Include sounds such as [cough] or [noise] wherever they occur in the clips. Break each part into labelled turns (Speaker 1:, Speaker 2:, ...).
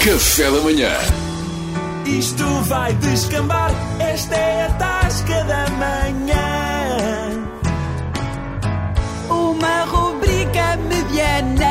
Speaker 1: Café da manhã.
Speaker 2: Isto vai descambar, esta é a tasca da manhã.
Speaker 3: Uma rubrica mediana.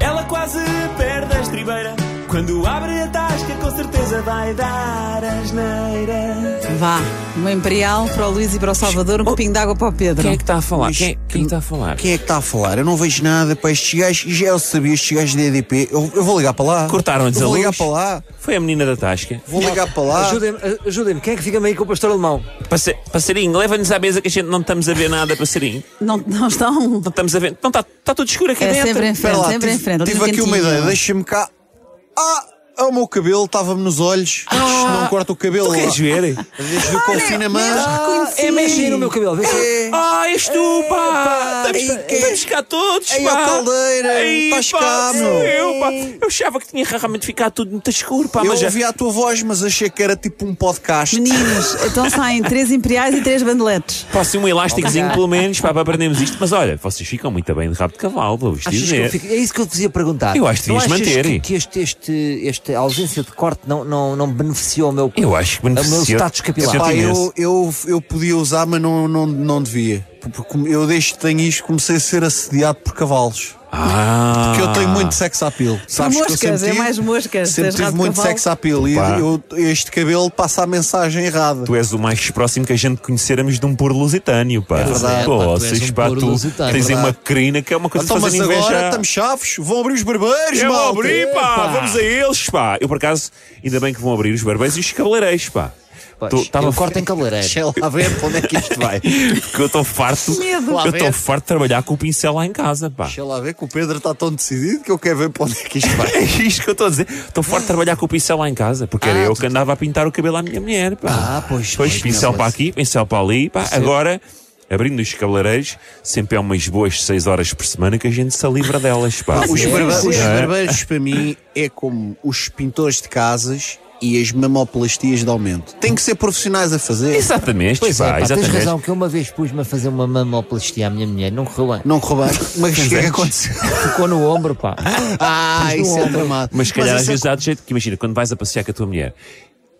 Speaker 2: Ela quase perde a estribeira. Quando abre a tasca, com certeza vai dar asneira.
Speaker 3: Vá, uma Imperial para o Luís e para o Salvador, um copinho de água para o Pedro.
Speaker 4: Quem é que está a falar? Quem, quem é que está a falar?
Speaker 5: Quem é que está a falar? Eu não vejo nada para estes gajos. Já eu sabia, estes gajos da EDP. Eu, eu vou ligar para lá.
Speaker 4: Cortaram-lhes
Speaker 5: Eu
Speaker 4: a
Speaker 5: Vou
Speaker 4: luz.
Speaker 5: ligar para lá.
Speaker 4: Foi a menina da tasca.
Speaker 5: Vou ligar para lá.
Speaker 6: Ajudem-me, ajudem-me. Quem é que fica meio com o pastor alemão?
Speaker 4: Passe- passarinho, leva-nos à mesa que a gente não estamos a ver nada, passarinho.
Speaker 3: Não, não estão?
Speaker 4: Não estamos a ver. Não, está tá tudo escuro aqui
Speaker 3: É
Speaker 4: dentro.
Speaker 3: sempre em frente,
Speaker 5: Espera lá,
Speaker 3: sempre em
Speaker 5: tive,
Speaker 3: frente.
Speaker 5: tive
Speaker 3: ali no
Speaker 5: aqui uma
Speaker 3: cantinho.
Speaker 5: ideia. Deixa-me cá. Ah, ah, o meu cabelo estava-me nos olhos. não corta o cabelo.
Speaker 4: Ah. Tu queres ver?
Speaker 5: Desde o
Speaker 3: mesmo.
Speaker 5: confinamento.
Speaker 6: É meio giro o meu cabelo. Vê se-
Speaker 4: [laughs]
Speaker 5: É.
Speaker 4: Ah, és tu, pá!
Speaker 5: Ei,
Speaker 4: Estamos,
Speaker 5: que-
Speaker 4: estamos cá todos,
Speaker 5: Ei, ó
Speaker 4: pá!
Speaker 5: caldeira, um
Speaker 4: Ei,
Speaker 5: estás
Speaker 4: pá,
Speaker 5: cá,
Speaker 4: sou
Speaker 5: meu.
Speaker 4: Eu, pá! Eu achava que tinha realmente ficado tudo muito escuro, pá,
Speaker 5: Eu
Speaker 4: mas já...
Speaker 5: ouvi a tua voz, mas achei que era tipo um podcast.
Speaker 3: Meninos, então saem três Imperiais e três bandeletes.
Speaker 4: Pá, assim, um elásticozinho pelo menos, pá, para aprendermos isto. Mas olha, vocês ficam muito bem de rabo de cavalo, vou-vos
Speaker 6: Achas que eu
Speaker 4: dizer.
Speaker 6: fico- É isso que eu te ia perguntar.
Speaker 4: Eu acho que
Speaker 6: não
Speaker 4: devias
Speaker 6: achas
Speaker 4: manter.
Speaker 6: Que, que este, este, esta ausência de corte não, não, não beneficiou o meu,
Speaker 4: Eu acho que
Speaker 6: o meu
Speaker 4: beneficiou.
Speaker 6: status capilar?
Speaker 4: Eu
Speaker 5: Pá,
Speaker 4: tinha
Speaker 5: eu,
Speaker 4: esse.
Speaker 5: eu, eu podia usar, mas não, não, não devia. Porque eu desde que tenho isto comecei a ser assediado por cavalos.
Speaker 4: Ah.
Speaker 5: Porque eu tenho muito sex appeal. Sabes que eu
Speaker 3: moscas,
Speaker 5: sempre
Speaker 3: é
Speaker 5: tive-
Speaker 3: mais moscas,
Speaker 5: Sempre
Speaker 3: tens
Speaker 5: tive
Speaker 3: rabo de
Speaker 5: muito
Speaker 3: cavalo.
Speaker 5: sex appeal. E
Speaker 4: Opa.
Speaker 5: eu- este cabelo passa a mensagem errada.
Speaker 4: Tu és o mais próximo que a gente conhecermos de um puro lusitânio, pá. É
Speaker 5: verdade,
Speaker 4: pá,
Speaker 6: pá, tu
Speaker 4: vocês,
Speaker 6: és um
Speaker 4: pá,
Speaker 6: puro
Speaker 4: tu
Speaker 6: lusitânio,
Speaker 4: tens aí
Speaker 5: verdade.
Speaker 4: uma crina que é uma coisa
Speaker 5: Então,
Speaker 4: de
Speaker 5: mas
Speaker 4: fazer
Speaker 5: agora
Speaker 4: inveja.
Speaker 5: estamos chaves, vão abrir os barbeiros,
Speaker 4: Eu vou
Speaker 5: malta.
Speaker 4: abrir, pá,
Speaker 6: Epá.
Speaker 4: Vamos a eles, pá! Eu, por acaso, ainda bem que vão abrir os barbeiros e os cabeleireiros, pá!
Speaker 6: Pois,
Speaker 4: Tô- tava-
Speaker 6: eu corto em cabeleireiro.
Speaker 5: Deixa lá ver para onde é que isto vai.
Speaker 4: [laughs] Porque eu estou farto.
Speaker 3: Medo.
Speaker 4: Eu estou farto de trabalhar com o pincel lá em casa, pá!
Speaker 5: Deixa lá ver que o Pedro está tão decidido que eu quero ver para onde é que isto
Speaker 4: [laughs]
Speaker 5: vai.
Speaker 4: É isto que eu estou a dizer. Estou forte de trabalhar com o pincel lá em casa, porque era eu que andava a pintar o cabelo à minha mulher. Pá.
Speaker 6: Ah, pois,
Speaker 4: Pois,
Speaker 6: pois,
Speaker 4: pincel
Speaker 6: não,
Speaker 4: para
Speaker 6: pois.
Speaker 4: aqui, pincel para ali. Pá. Agora, abrindo os cabeleireiros, sempre é umas boas 6 horas por semana que a gente se livra delas. Pá.
Speaker 5: Os,
Speaker 4: Sim,
Speaker 5: barba-
Speaker 4: sim.
Speaker 5: os
Speaker 4: Não é?
Speaker 5: barbeiros, para mim, é como os pintores de casas e as mamoplastias de aumento. Tem que ser profissionais a fazer.
Speaker 4: Exatamente,
Speaker 6: Pois
Speaker 4: pá,
Speaker 6: é, pá, tens
Speaker 4: exatamente.
Speaker 6: razão que eu uma vez pus-me a fazer uma mamoplastia à minha mulher, não correu bem.
Speaker 5: Não roubar. Mas o que é que aconteceu?
Speaker 6: Ficou no ombro, pá.
Speaker 5: Ah,
Speaker 6: Mas
Speaker 5: isso
Speaker 6: não
Speaker 5: é
Speaker 6: há-
Speaker 5: tramado.
Speaker 4: Mas se calhar às
Speaker 5: isso é-
Speaker 4: vezes dá de jeito que imagina, quando vais a passear com a tua mulher,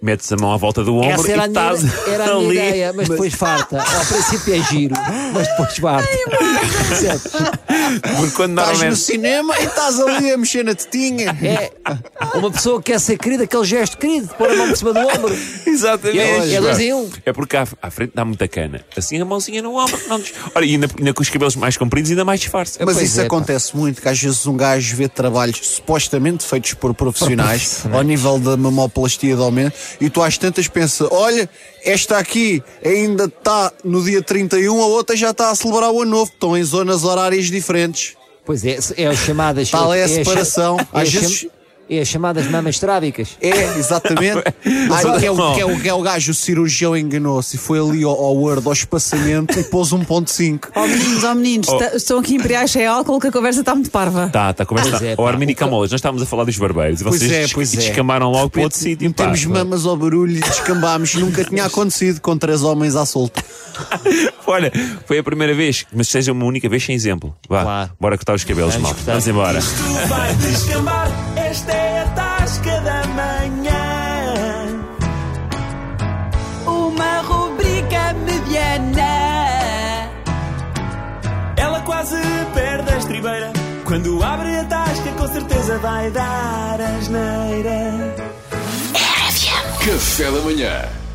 Speaker 4: metes a mão à volta do [laughs] ombro
Speaker 6: Essa
Speaker 4: e
Speaker 6: era a minha,
Speaker 4: estás
Speaker 6: era a minha
Speaker 4: ali. [laughs]
Speaker 6: ideia, mas depois farta. Ao princípio é giro, mas depois farta. Percebes?
Speaker 4: Porque quando
Speaker 5: Estás no
Speaker 4: normalmente-
Speaker 5: cinema e estás ali a mexer na tetinha.
Speaker 6: [laughs] É uma pessoa que quer ser querida, aquele gesto querido, de pôr a mão por cima do ombro.
Speaker 4: Exatamente.
Speaker 6: É dois, é dois
Speaker 4: pá.
Speaker 6: em um.
Speaker 4: É porque à, à frente dá muita cana. Assim a mãozinha no ombro. Não des... Olha, e ainda, ainda com os cabelos mais compridos, ainda mais disfarça.
Speaker 5: Mas
Speaker 6: Pois
Speaker 5: isso
Speaker 6: é, pá.
Speaker 5: acontece muito, que às vezes um gajo vê trabalhos supostamente feitos por profissionais, ao nível da mamoplastia de aumento, e tu às tantas pensa, olha, esta aqui ainda está no dia 31, a outra já está a celebrar o ano novo, estão em zonas horárias diferentes.
Speaker 6: Pois é, é as chamadas.
Speaker 5: Tal é a
Speaker 6: as-
Speaker 5: separação.
Speaker 6: É as,
Speaker 5: Às vezes-
Speaker 6: cham- é as chamadas mamas trábicas.
Speaker 5: É,
Speaker 6: [laughs]
Speaker 5: exatamente. Ah, que, é o, que, é o, que é o gajo, o cirurgião enganou-se e foi ali ao, ao Word, ao espaçamento e pôs 1.5.
Speaker 3: Ó meninos, ó meninos,
Speaker 4: Oh.
Speaker 3: tá- estão aqui Imperiais sem álcool que a conversa está muito parva.
Speaker 4: Tá, tá, começa.
Speaker 6: Pois
Speaker 4: tá.
Speaker 6: é,
Speaker 4: Ó,
Speaker 6: pá,
Speaker 4: Armin e
Speaker 6: o ca-
Speaker 4: Camolas, nós estávamos a falar dos barbeiros e
Speaker 5: Pois
Speaker 4: vocês
Speaker 5: é,
Speaker 4: des-
Speaker 5: pois é.
Speaker 4: descamaram logo para outro sítio. pá.
Speaker 5: Temos mamas ao barulho e descambámos. Nunca
Speaker 4: [laughs]
Speaker 5: tinha acontecido com três homens à solta.
Speaker 4: Olha, foi a primeira vez, mas seja uma única vez sem exemplo. Vá,
Speaker 6: Claro.
Speaker 4: bora cortar os cabelos,
Speaker 6: Vamos
Speaker 4: mal.
Speaker 6: cortar.
Speaker 4: Vamos embora.
Speaker 2: Isto vai descambar, esta é a tasca da manhã.
Speaker 3: Uma rubrica mediana.
Speaker 2: Ela quase perde a estribeira. Quando abre a tasca, com certeza vai dar asneira.
Speaker 1: Café da manhã.